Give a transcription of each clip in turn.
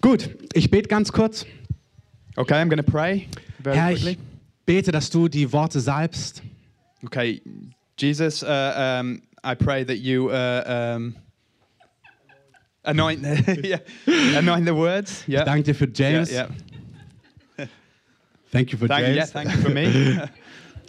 Gut, ich bete ganz kurz. Okay, I'm going to pray very Herr, ich quickly. bete, dass du die Worte salbst. Okay, Jesus, uh, um, I pray that you uh, um, anoint, the, yeah, anoint the words. Yeah. Danke dir für yeah, James. yeah. Thank you for Thank, yeah, James. thank you for me.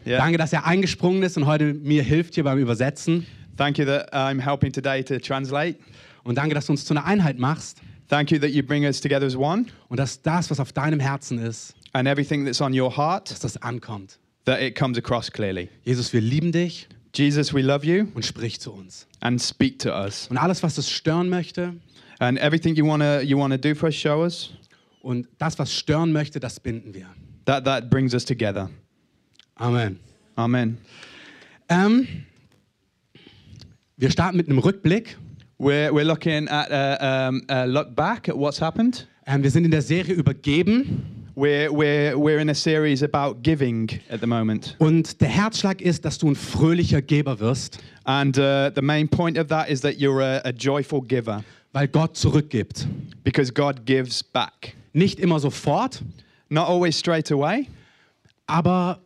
yeah. Danke, dass er eingesprungen ist und heute mir hilft hier beim Übersetzen. Thank you that I'm helping today to translate. Und danke, dass du uns zu einer Einheit machst Thank you that you bring us together as one und dass das, was auf deinem Herzen ist, and everything that's on your heart, dass das ankommt. that it comes across clearly. Jesus, wir lieben dich Jesus, we love you und sprich zu uns. and speak to us. Und alles, was das stören möchte And everything you want to you wanna do for us, show us. und das, was stören möchte, das binden wir. That, that brings us together. Amen. Amen. Ähm, wir starten mit einem Rückblick. We're, we're looking at uh, um, a look back at what's happened. Ähm, wir sind in der Serie übergeben We're, we're, we're in a series about giving at the moment. und der Herzschlag ist, dass du ein fröhlicher Geber wirst, And uh, the main point of that is that you're a, a joyful giver weil Gott zurückgibt. because God gives back. Nicht immer sofort, Not always straight away, aber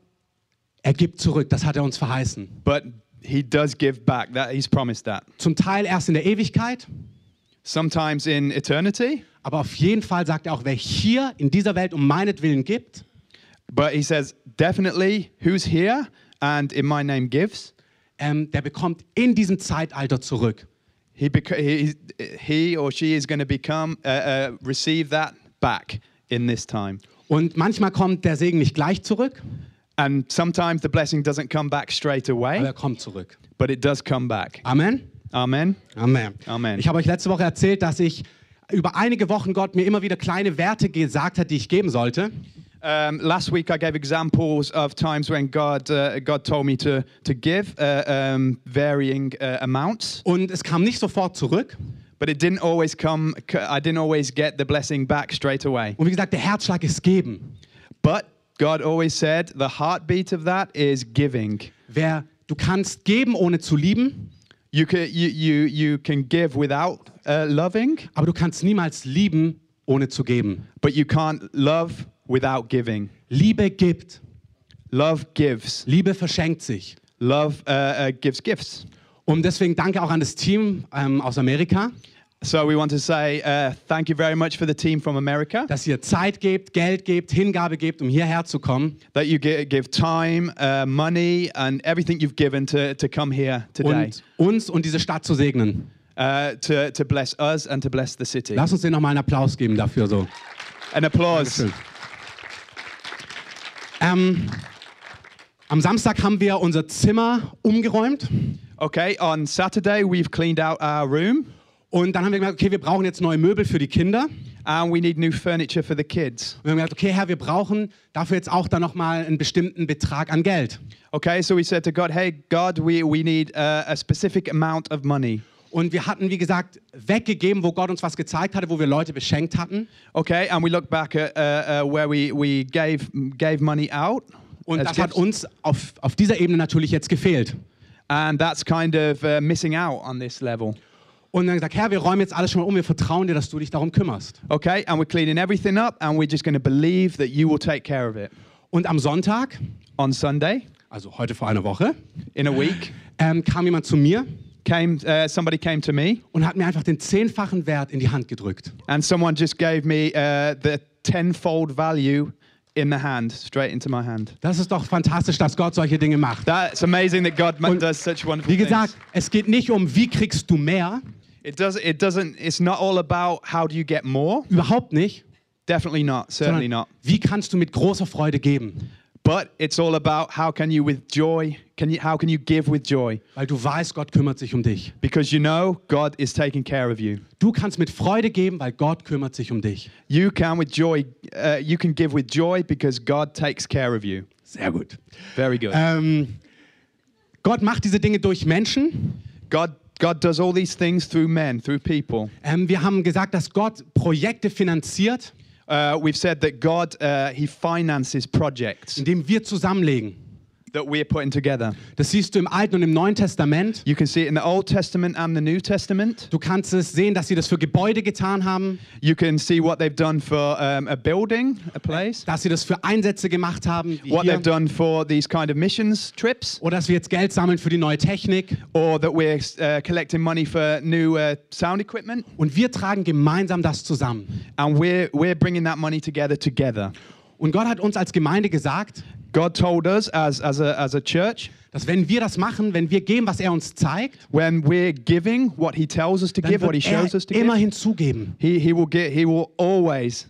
er gibt zurück. Das hat er uns verheißen. but He does give back. That He's promised that. Zum Teil erst in der Ewigkeit, Sometimes in eternity, aber auf jeden Fall sagt er auch, wer hier in dieser Welt um meinetwillen gibt, but He says definitely, who's here and in my name gives. ähm, der bekommt in diesem Zeitalter zurück. He, bec- he, he or she is going to become uh, uh, receive that back in this time. Und manchmal kommt der Segen nicht gleich zurück, And sometimes the blessing doesn't come back straight aber away, er kommt zurück. but it does come back. Amen. Amen. Amen. Amen. Ich habe euch letzte Woche erzählt, dass ich über einige Wochen Gott mir immer wieder kleine Werte gesagt hat, die ich geben sollte. Um, last week I gave examples of times when God uh, God told me to to give uh, um, varying uh, amounts, Und es kam nicht sofort zurück. but it didn't always come. c- I didn't always get the blessing back straight away. Und wie gesagt, der Herzschlag ist geben. But God always said the heartbeat of that is giving. Wer du kannst geben ohne zu lieben, You can you you you can give without uh, loving, aber du kannst niemals lieben ohne zu geben. but you can't love without giving. Liebe gibt, Love gives. Liebe verschenkt sich. Love uh, uh, gives gifts. Und deswegen danke auch an das Team ähm, aus Amerika, So we want to say uh, thank you very much for the team from America dass ihr Zeit gebt, Geld gebt, Hingabe gebt, um hierher zu kommen. that you gi- give time, uh, money, and everything you've given to, to come here today Und uns und diese Stadt zu segnen. uh, to, to bless us and to bless the city. Lass uns denen nochmal einen Applaus geben dafür so. An applause. Schön. Ähm, am Samstag haben wir unser Zimmer umgeräumt Okay, on Saturday we've cleaned out our room und dann haben wir gemerkt, okay, wir brauchen jetzt neue Möbel für die Kinder. Und and we need new furniture for the kids. wir haben gesagt, okay, Herr, wir brauchen dafür jetzt auch dann nochmal einen bestimmten Betrag an Geld. Okay, so we said to God, hey, God, we, we need uh, a specific amount of money. Und wir hatten, wie gesagt, weggegeben, wo Gott uns was gezeigt hatte, wo wir Leute beschenkt hatten. Okay, and we look back at uh, uh, where we, we gave, gave money out. Und as das hat gifts. uns auf, auf dieser Ebene natürlich jetzt gefehlt. And that's kind of uh, missing out on this level. Und dann gesagt, Herr, wir räumen jetzt alles schon mal um, wir vertrauen dir, dass du dich darum kümmerst. Okay, and we're cleaning everything up, and we're just going to believe that you will take care of it. Und am Sonntag, On Sunday, also heute vor einer Woche, in a week, ähm, kam jemand zu mir came uh, somebody came to me, und hat mir einfach den zehnfachen Wert in die Hand gedrückt. and someone just gave me uh, the tenfold value in the hand, straight into my hand. Das ist doch fantastisch, dass Gott solche Dinge macht. That's amazing that God ma- Und does such wonderful Wie gesagt, things. es geht nicht um, wie kriegst du mehr, It does. It doesn't. It's not all about how do you get more. überhaupt nicht, Definitely not. Certainly sondern not. wie kannst du mit großer Freude geben, But it's all about how can you with joy. Can you? How can you give with joy? weil du weißt, Gott kümmert sich um dich. Because you know God is taking care of you. Du kannst mit Freude geben, weil Gott kümmert sich um dich. You can with joy. Uh, you can give with joy because God takes care of you. Sehr gut. Very good. Ähm, Gott macht diese Dinge durch Menschen. God God does all these things through men, through people. Ähm, wir haben gesagt, dass Gott Projekte finanziert, Uh, we've said that God uh, He finances projects indem wir zusammenlegen. that we're putting together. Das siehst du im Alten und im Neuen Testament. You can see it in the Old Testament and the New Testament. Du kannst es sehen, dass sie das für Gebäude getan haben, You can see what they've done for um, a building, a place, dass sie das für Einsätze gemacht haben, wie what they've hier. done for these kind of missions trips, oder dass wir jetzt Geld sammeln für die neue Technik. or that we're uh, collecting money for new uh, sound equipment, Und wir tragen gemeinsam das zusammen. and we're we're bringing that money together together. Und Gott hat uns als Gemeinde gesagt, God told us as as a as a church dass wenn wir das machen, wenn wir geben, was er uns zeigt, when we're giving what He tells us to dann give, what He wird shows us to er give, immer hinzugeben He He will get He will always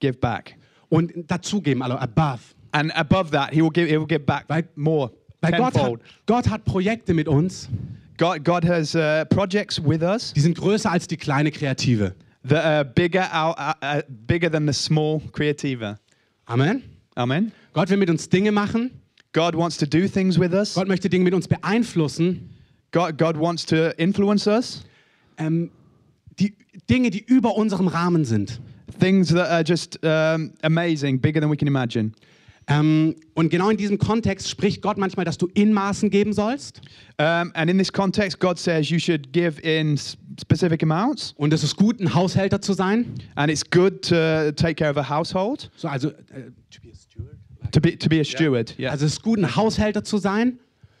give back, und dazugeben, also above. and above that He will give He will give back Weil- more Weil Gott hat, tenfold. Gott hat Projekte mit uns, God God has uh, projects with us. die sind größer als die kleine Kreative. that are bigger out, uh, uh, bigger than the small creativa. Amen. Amen. Gott will mit uns Dinge machen. God wants to do things with us. Gott möchte Dinge mit uns beeinflussen. God, God wants to influence us. Ähm, die Dinge, die über unserem Rahmen sind. Things that are just um, amazing, bigger than we can imagine. Ähm, und genau in diesem Kontext spricht Gott manchmal, dass du in Maßen geben sollst. Um, and in this context, God says you should give in s- specific amounts, Und es ist gut, ein Haushälter zu sein. and it's good to take care of a household, So, also, äh, to be a steward. to be to be a steward. Yeah. also es ist gut, ein Haushälter zu sein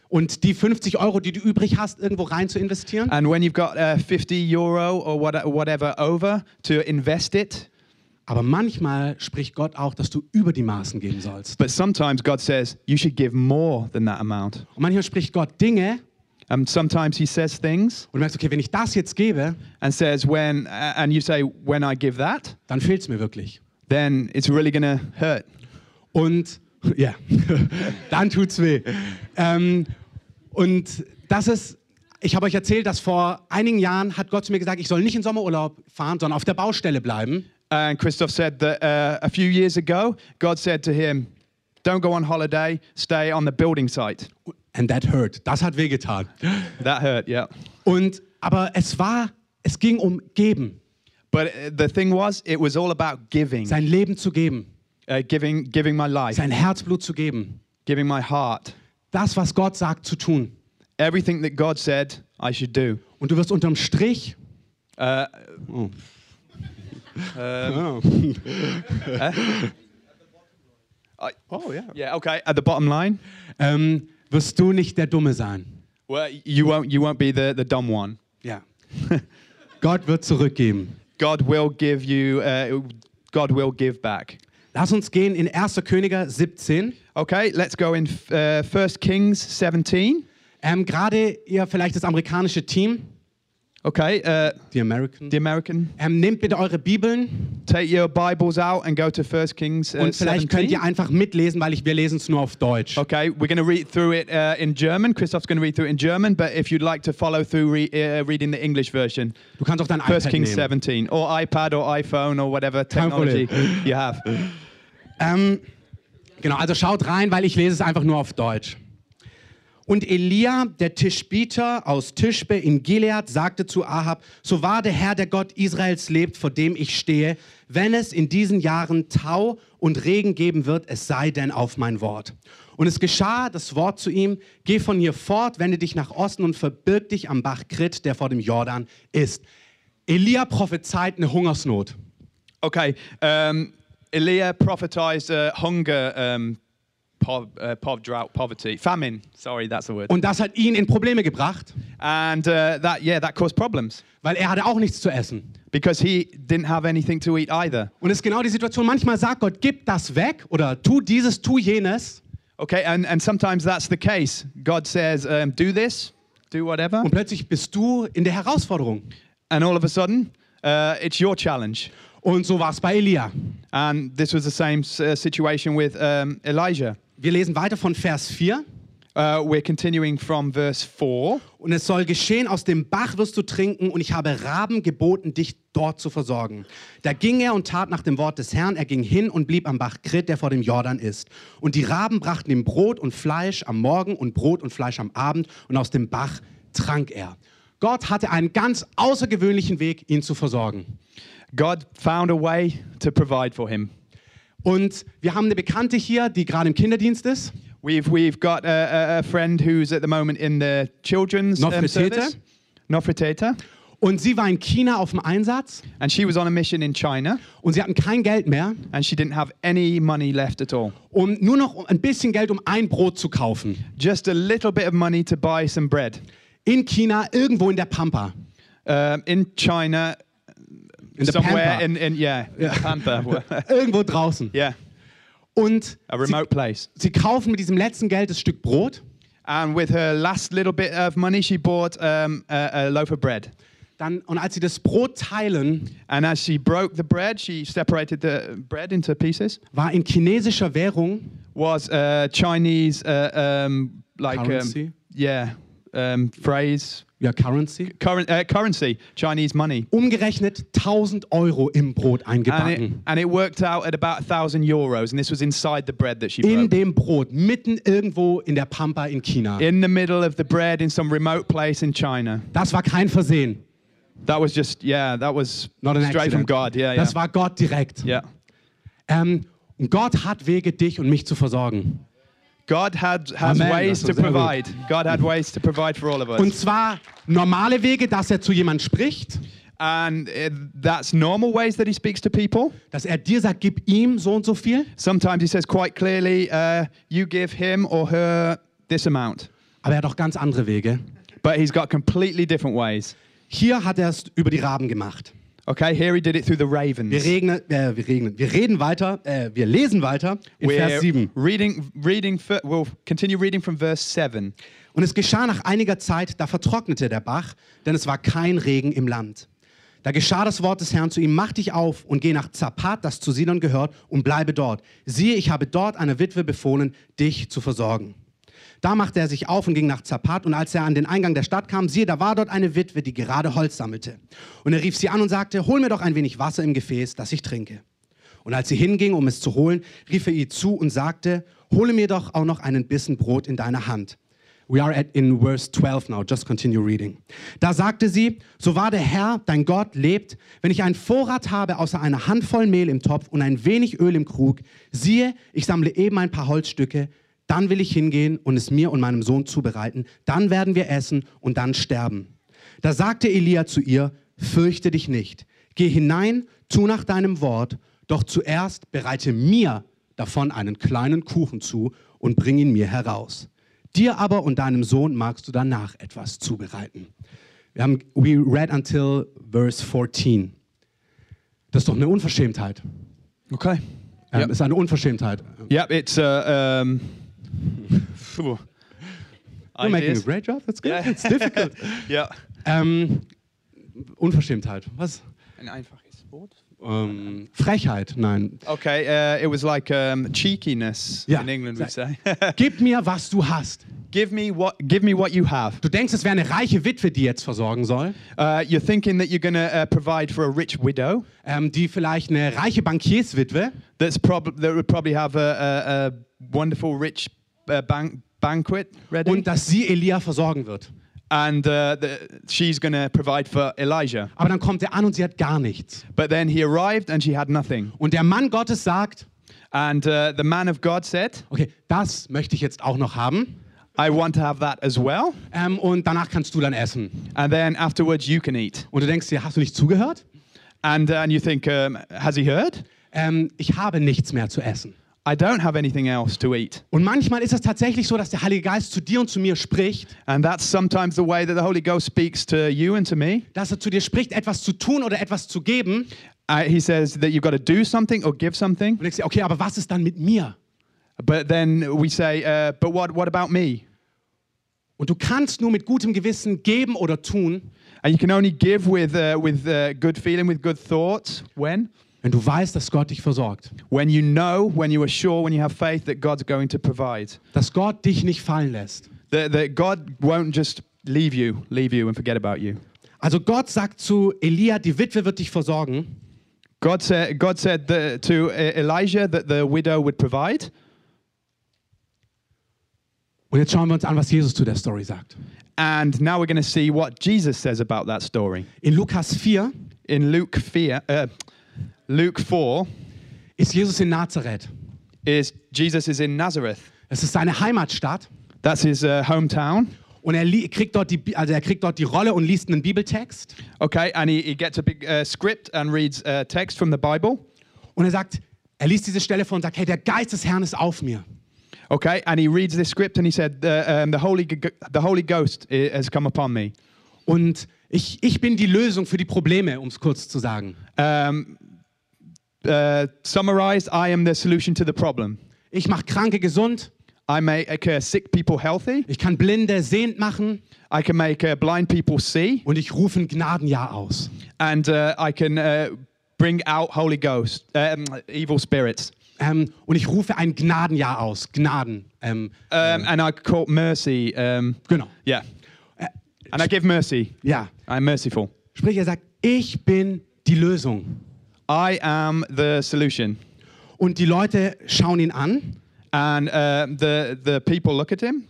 und die 50 Euro, die du übrig hast, irgendwo rein zu investieren. And when you've got uh, 50 euro or what, whatever over to invest it, Aber manchmal spricht Gott auch, dass du über die Maßen geben sollst. but sometimes God says you should give more than that amount. Und manchmal spricht Gott Dinge And sometimes he says things und du merkst, okay, wenn ich das jetzt gebe, and says when, uh, and you say, when I give that, dann fehlt es mir wirklich. then it's really going to hurt. Und ja, dann tut's weh. Ähm, und das ist, ich habe euch erzählt, dass vor einigen Jahren hat Gott zu mir gesagt, ich soll nicht in Sommerurlaub fahren, sondern auf der Baustelle bleiben. And Christoph said that uh, a few years ago, God said to him, don't go on holiday, stay on the building site. And that hurt. Das hat wehgetan. That hurt, yeah. Und aber es war, es ging um geben, But uh, the thing was, it was all about giving, sein Leben zu geben, uh, giving, giving my life, sein Herzblut zu geben, giving my heart, das, was Gott sagt, zu tun. everything that God said I should do. Und du wirst unterm Strich Uh, I, oh, ja. yeah, okay. At the bottom line, ähm, wirst du nicht der Dumme sein. well, you won't, you won't be the, the dumb one. Ja. Gott wird zurückgeben. God will give you. Uh, God will give back. Lass uns gehen in 1. Könige 17. Okay, let's go in uh, 1 Kings 17. Ähm, Gerade ihr vielleicht das amerikanische Team, Okay, uh, die American, the American, ähm, nehmt bitte eure Bibeln take your Bibles out and go to 1 Kings uh, und vielleicht könnt 17. ihr einfach mitlesen, weil ich, wir lesen es nur auf Deutsch. Okay, we're going to read through it uh, in German. Christoph's going to read through it in German, but if you'd like to follow through re- uh, reading the English version, Du kannst auch dein 1 iPad Kings nehmen. 17, or iPad, or iPhone, or whatever Kein technology Problem. you have. Ähm, genau, also schaut rein, weil ich lese es einfach nur auf Deutsch. Und Elia, der Tischbieter aus Tischbe in Gilead, sagte zu Ahab, so wahr der Herr, der Gott Israels lebt, vor dem ich stehe, wenn es in diesen Jahren Tau und Regen geben wird, es sei denn auf mein Wort. Und es geschah das Wort zu ihm, geh von hier fort, wende dich nach Osten und verbirg dich am Bach Krit, der vor dem Jordan ist. Elia prophezeit eine Hungersnot. Okay, um, Elia prophesized uh, hunger, um, pov, uh, pov, drought, poverty, famine. Sorry, that's the word. Und das hat ihn in Probleme gebracht. And uh, that, yeah, that caused problems weil er hatte auch nichts zu essen. because he didn't have anything to eat either. Und es ist genau die Situation, manchmal sagt Gott, gib das weg oder tu dieses, tu jenes. Okay, and, and sometimes that's the case. God says, um, do this, do whatever. Und plötzlich bist du in der Herausforderung. And all of a sudden, uh, it's your challenge. Und so war es bei Elia. And this was the same uh, situation with um, Elijah. Wir lesen weiter von Vers 4. Uh, we're continuing from verse 4. Und es soll geschehen, aus dem Bach wirst du trinken, und ich habe Raben geboten, dich dort zu versorgen. Da ging er und tat nach dem Wort des Herrn. Er ging hin und blieb am Bach Krit, der vor dem Jordan ist. Und die Raben brachten ihm Brot und Fleisch am Morgen und Brot und Fleisch am Abend, und aus dem Bach trank er. Gott hatte einen ganz außergewöhnlichen Weg, ihn zu versorgen. God found a way to provide for him. Und wir haben eine Bekannte hier, die gerade im Kinderdienst ist. We've we've got a, a, a friend who's at the moment in the children's um, Nofretete. service, Nofreteta, Und sie war in China auf dem Einsatz and she was on a mission in China, und sie hatten kein Geld mehr, and she didn't have any money left at all. um nur noch ein bisschen Geld, um ein Brot zu kaufen. Just a little bit of money to buy some bread. In China, irgendwo in der Pampa. Um, in China, In der somewhere Pampa. in in yeah, in the Pampa, irgendwo draußen. yeah, Und a sie, remote place. sie kaufen mit diesem letzten Geld das Stück Brot. And with her last little bit of money, she bought um, a, a loaf of bread. Dann, und als sie das Brot teilen, And as she broke the bread, she separated the bread into pieces. war in chinesischer Währung Was uh, Chinese uh, um, like um, Currency? yeah um, phrase ja Currency current uh, currency Chinese money. umgerechnet 1000 Euro im Brot And it, eingebacken. and it worked out at about a thousand euros, and this was inside the bread that she In broke. dem Brot, mitten irgendwo in der Pampa in China. in the middle of the bread in some remote place in China. Das war kein Versehen. That was just, yeah, that was Not an straight accident. from God. Yeah, yeah. Das war Gott direkt. yeah. Ähm, und Gott hat Wege, dich und mich zu versorgen. God had has Amen. ways Das to war sehr gut. provide. God had ways to provide for all of us. Und zwar normale Wege, dass er zu jemand spricht, and uh, that's normal ways that he speaks to people. dass er dir sagt, gib ihm so und so viel. Sometimes he says quite clearly, uh, you give him or her this amount. Aber er hat auch ganz andere Wege. But he's got completely different ways. Hier hat er es über die Raben gemacht. Okay, here he did it through the ravens. Wir, regnen, äh, wir, regnen, wir reden weiter, äh, wir lesen weiter in Vers 7. reading, reading, fir- we'll continue reading from verse 7. Und es geschah nach einiger Zeit, da vertrocknete der Bach, denn es war kein Regen im Land. Da geschah das Wort des Herrn zu ihm, mach dich auf und geh nach Zapat, das zu Sidon gehört, und bleibe dort. Siehe, ich habe dort einer Witwe befohlen, dich zu versorgen. Da machte er sich auf und ging nach Zapat, und als er an den Eingang der Stadt kam, siehe, da war dort eine Witwe, die gerade Holz sammelte. Und er rief sie an und sagte, hol mir doch ein wenig Wasser im Gefäß, dass ich trinke. Und als sie hinging, um es zu holen, rief er ihr zu und sagte, hole mir doch auch noch einen Bissen Brot in deiner Hand. We are at in verse 12 now, just continue reading. Da sagte sie, so wahr der Herr, dein Gott, lebt, wenn ich einen Vorrat habe außer einer Handvoll Mehl im Topf und ein wenig Öl im Krug, siehe, ich sammle eben ein paar Holzstücke, dann will ich hingehen und es mir und meinem Sohn zubereiten, dann werden wir essen und dann sterben. Da sagte Elia zu ihr, fürchte dich nicht, geh hinein, tu nach deinem Wort, doch zuerst bereite mir davon einen kleinen Kuchen zu und bring ihn mir heraus. Dir aber und deinem Sohn magst du danach etwas zubereiten. Wir haben, we read until verse 14. Das ist doch eine Unverschämtheit. Okay. Ähm, Yep. Das ist eine Unverschämtheit. Yep, it's uh, um, phew. You're making a Ideas. great job, that's good. Yeah. It's difficult. yeah. ähm, Unverschämtheit, was? Ähm, Frechheit, nein. Okay, uh, it was like um, cheekiness Yeah. in England, we say. Gib mir, was du hast. give me what, give me what you have. Du denkst, es wäre eine reiche Witwe, die jetzt versorgen soll, Uh, you're thinking that you're going to uh, provide for a rich widow ähm, die vielleicht eine reiche Bankierswitwe, that's prob- that would probably have a, a, a wonderful rich uh, ban- banquet ready, und dass sie Elia versorgen wird. and uh, the, she's going to provide for Elijah. Aber dann kommt er an und sie hat gar nichts. But then he arrived and she had nothing. Und der Mann Gottes sagt, And uh, the man of God said, okay, das möchte ich jetzt auch noch haben. "I want to have that as well." Ähm, und danach kannst du dann essen. And then afterwards, you can eat. Und du denkst dir, hast du nicht zugehört? And, uh, and you think, um, has he heard? Ähm, ich habe nichts mehr zu essen. I don't have anything else to eat. Und manchmal ist es tatsächlich so, dass der Heilige Geist zu dir und zu mir spricht, And that's sometimes the way that the Holy Ghost speaks to you and to me. dass er zu dir spricht, etwas zu tun oder etwas zu geben. Und Uh, he says that you've got to do something or give du something. denkst dir, okay, aber was ist dann mit mir? But then we say, uh, but what, what about me? Und du kannst nur mit gutem Gewissen geben oder tun, And you can only give with, uh, with uh, good feeling, with good thoughts. When? wenn du weißt, dass Gott dich versorgt, When you know, when you are sure, when you have faith that God's going to provide. dass Gott dich nicht fallen lässt. That, that God won't just leave you, leave you and forget about you. Also Gott sagt zu Elia, die Witwe wird dich versorgen, God said, God said that to uh, Elijah that the widow would provide. Und jetzt schauen wir uns an, was Jesus zu der Story sagt. And now we're going to see what Jesus says about that story. In Lukas 4 In Luke 4, uh, Luke 4 ist Jesus in Nazareth. is Jesus is in Nazareth. Es ist seine Heimatstadt That's his uh, hometown. und er li- kriegt dort die, Bi- also er kriegt dort die Rolle und liest einen Bibeltext Okay, and he, he gets a big uh, script and reads uh, text from the Bible. und er sagt, er liest diese Stelle vor und sagt, hey, der Geist des Herrn ist auf mir. Okay, and he reads this script and he said, "The, um, the, Holy, G- G- the Holy Ghost i- has come upon me. Und ich, ich bin die Lösung für die Probleme, um es kurz zu sagen. Um, uh, summarized, I am the solution to the problem. Ich mache Kranke gesund, I make uh, sick people healthy. ich kann Blinde sehend machen I can make uh, blind people see. und ich rufe ein Gnadenjahr aus. And uh, I can uh, bring out Holy Ghost, um, evil spirits. Ähm, und ich rufe ein Gnadenjahr aus. Gnaden. Ähm, Um, and I call mercy. Um, genau. yeah. And I give mercy. Ja. I'm merciful. Sprich, er sagt, ich bin die Lösung. I am the solution. Und die Leute schauen ihn an. And uh, the, the people look at him.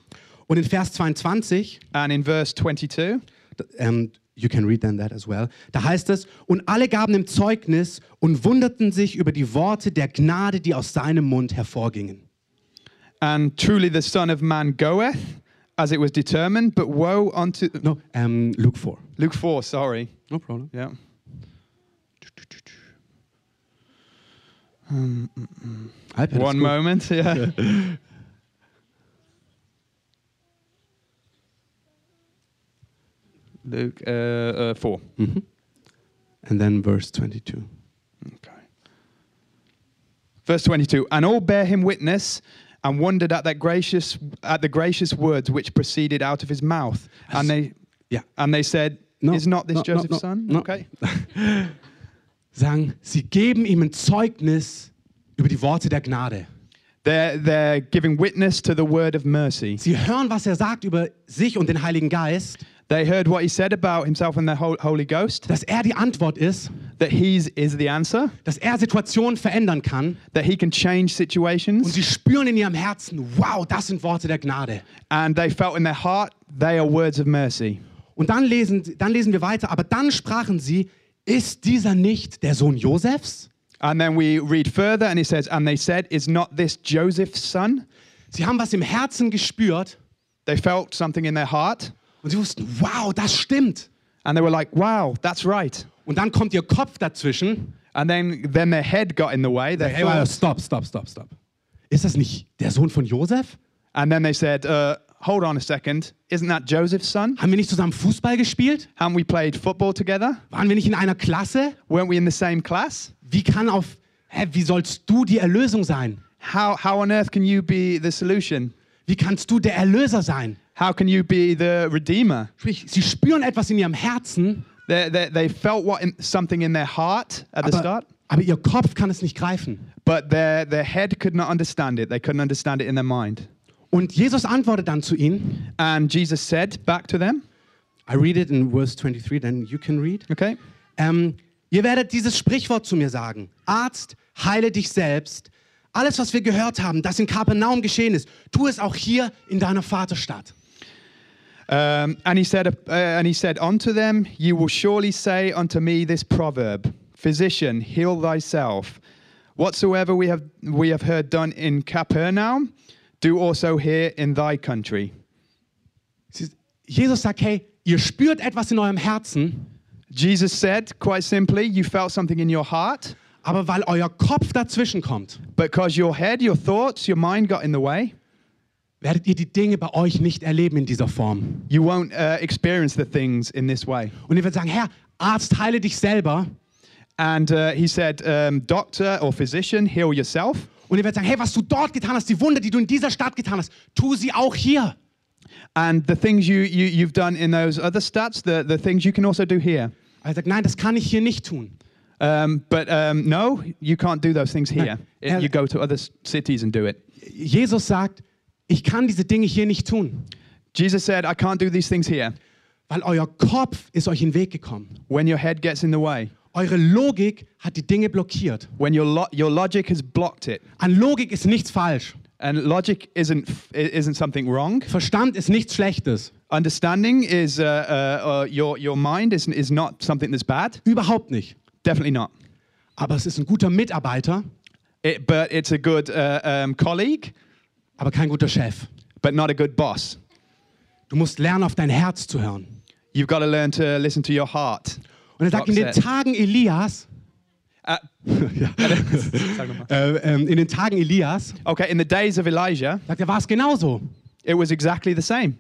Und in Vers 22, And in verse 22, d- ähm, you can read then that as well, da heißt es, und alle gaben ihm Zeugnis und wunderten sich über die Worte der Gnade, die aus seinem Mund hervorgingen. and truly the Son of Man goeth, as it was determined, but woe unto. No, ähm, Luke 4. Luke 4, sorry. No problem. Yeah. iPad ist One gut. moment, yeah. Luke uh, uh, 4. Mhm. And then verse 22. Okay. Verse 22 And all bear him witness and wondered at that gracious at the gracious words which proceeded out of his mouth. And they Ja. and they said, No, Is not this no, no, Joseph's no, son? no. Okay. Sagen, sie geben ihm ein Zeugnis über die Worte der Gnade. They're they're giving witness to the word of mercy. Sie hören, was er sagt über sich und den Heiligen Geist, They heard what he said about himself and the Hol- Holy Ghost, dass er die Antwort ist, that he's is the answer, dass er Situationen verändern kann. that he can change Und situations. sie spüren in ihrem Herzen, wow, das sind Worte der Gnade. And they felt in their heart they are words of mercy. Und dann lesen, dann lesen wir weiter, aber dann sprachen sie, ist dieser nicht der Sohn Josefs? And then we read further and it says, And they said, Is not this Joseph's son? Sie haben was im Herzen gespürt They felt something in their heart und sie wussten, wow, das stimmt. and they were like, wow, that's right. Und dann kommt ihr Kopf dazwischen. And then, then their head got in the way. Their Hey, warte, thoughts. stopp, stopp, stopp, stopp. Ist das nicht der Sohn von Josef? and then they said, uh, hold on a second. Isn't that Joseph's son? Haben wir nicht zusammen Fußball gespielt? Haven't we played football together? Waren wir nicht in einer Klasse? Weren't we in the same class? Wie kann auf, hä, wie sollst du die Erlösung sein? How, how on earth can you be the solution? Wie kannst du der Erlöser sein? How can you be the redeemer? Sprich, sie spüren etwas in ihrem Herzen, They, they, they felt what in, something in their heart at the aber, start, aber ihr Kopf kann es nicht greifen. but their, their head could not understand it. They couldn't understand it in their mind. Und Jesus antwortet dann zu ihnen. And Jesus said back to them, I read it in verse 23, then you can read. okay? Ähm, ihr werdet dieses Sprichwort zu mir sagen. Arzt, heile dich selbst. Alles, was wir gehört haben, das in Kapernaum geschehen ist, tu es auch hier in deiner Vaterstadt. Um, and he said, uh, and he said unto them, You will surely say unto me this proverb: Physician, heal thyself. Whatsoever we have we have heard done in Capernaum, do also here in thy country. Sie- Jesus sagt, hey, ihr spürt etwas in eurem Herzen, Jesus said, quite simply, you felt something in your heart, aber weil euer Kopf dazwischen kommt, but because your head, your thoughts, your mind got in the way, werdet ihr die Dinge bei euch nicht erleben in dieser Form. you won't uh, experience the things in this way. Und ihr werdet sagen, Herr, Arzt, heile dich selber. And uh, he said, um, Doctor or physician, heal yourself. Und ihr werdet sagen, hey, was du dort getan hast, die Wunder, die du in dieser Stadt getan hast, tu sie auch hier. And the things you, you, you've done in those other stats, the, the things you can also do here. Aber er sagt, nein, das kann ich hier nicht tun. Um, but um, no, you can't do those things here. It- Yeah. you go to other s- cities and do it. Jesus sagt, ich kann diese Dinge hier nicht tun, Jesus said, I can't do these things here. weil euer Kopf ist euch in den Weg gekommen. When your head gets in the way, Eure Logik hat die Dinge blockiert. when your, lo- your logic has blocked it. An Logik ist nichts falsch. And logic isn't, f- i- isn't something wrong. Verstand ist nichts Schlechtes. Understanding is, uh, uh, uh, your, your mind is, is not something that's bad. Überhaupt nicht. Definitely not. Aber es ist ein guter Mitarbeiter, It, but it's a good uh, um, colleague aber kein guter Chef. but not a good boss. Du musst lernen, auf dein Herz zu hören. You've got to learn to listen to your heart. Und er sagt, in den Upset. Tagen Elias, Uh, äh, ähm, in den Tagen Elias, okay, in the days of Elijah, sagt er, war es genauso. it was exactly the same.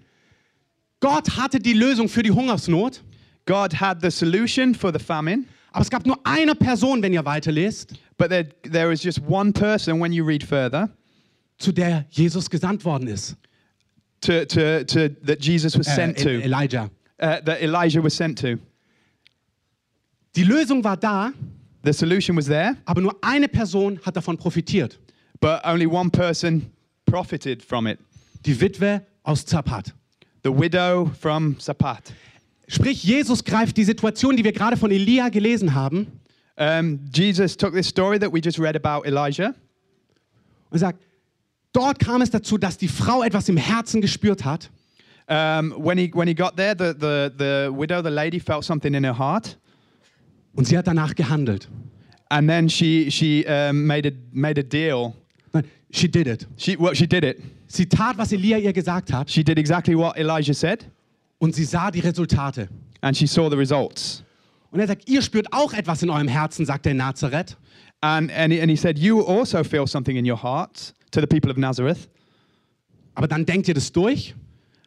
Gott hatte die Lösung für die Hungersnot, God had the solution for the famine, aber es gab nur eine Person, wenn ihr weiterlest, but there, there is just one person when you read further zu der Jesus gesandt worden ist. to, to, to, that Jesus was Äh, sent El- to, Elijah. uh, that Elijah was sent to. Die Lösung war da, The solution was there, aber nur eine Person hat davon profitiert. but only one person profited from it Die Witwe aus Zapat. the widow from Sapat. Sprich, Jesus greift die Situation, die wir gerade von Elia gelesen haben, Um, Jesus took this story that we just read about Elijah, und sagt, dort kam es dazu, dass die Frau etwas im Herzen gespürt hat. Um, when he when he got there, the, the the widow, the lady, felt something in her heart, Und sie hat danach gehandelt. and then she she um, made a made a deal. Nein, She did it. She well, she did it. Sie tat, was Elia ihr gesagt hat, She did exactly what Elijah said, und sie sah die Resultate. and she saw the results. Und er sagt, ihr spürt auch etwas in eurem Herzen, sagt er in Nazareth. And and he, and he said, you also feel something in your heart to the people of Nazareth, Aber dann denkt ihr das durch.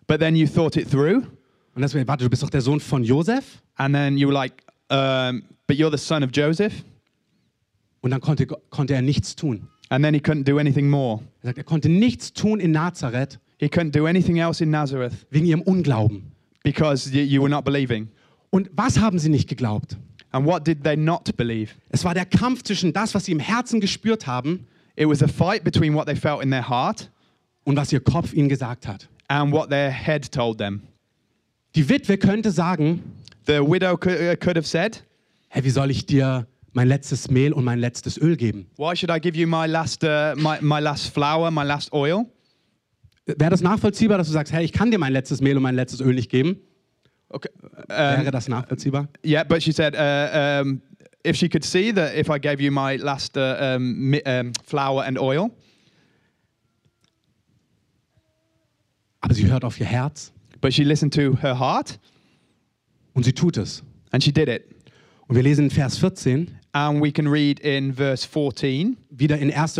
but then you thought it through, Und das, warte, du bist doch der Sohn von Josef. and then you were like, um, but you're the son of Joseph, Und dann konnte, konnte er nichts tun. and then he couldn't do anything more. Er sagt, er konnte nichts tun in Nazareth He couldn't do anything else in Nazareth wegen ihrem Unglauben. because you, you were not believing. Und was haben sie nicht geglaubt? And what did they not believe? Es war der Kampf zwischen das, was sie im Herzen gespürt haben It was a fight between what they felt in their heart und was ihr Kopf ihnen gesagt hat. and what their head told them. Die Witwe könnte sagen, The widow could, uh, could have said, hey, wie soll ich dir mein letztes Mehl und mein letztes Öl geben? Why should I give you my last, uh, my, my last flour, my last oil? Wäre das nachvollziehbar, dass du sagst, hey, ich kann dir mein letztes Mehl und mein letztes Öl nicht geben? Ähm, Okay. Wäre das nachvollziehbar? Um, Yeah, but she said, uh, um, If she could see that if I gave you my last uh, um, mi- um, flour and oil, Aber sie hört auf ihr Herz but she listened to her heart und sie tut es. and she did it. Und wir lesen in Vers 14 And we can read in verse 14. wieder in 1.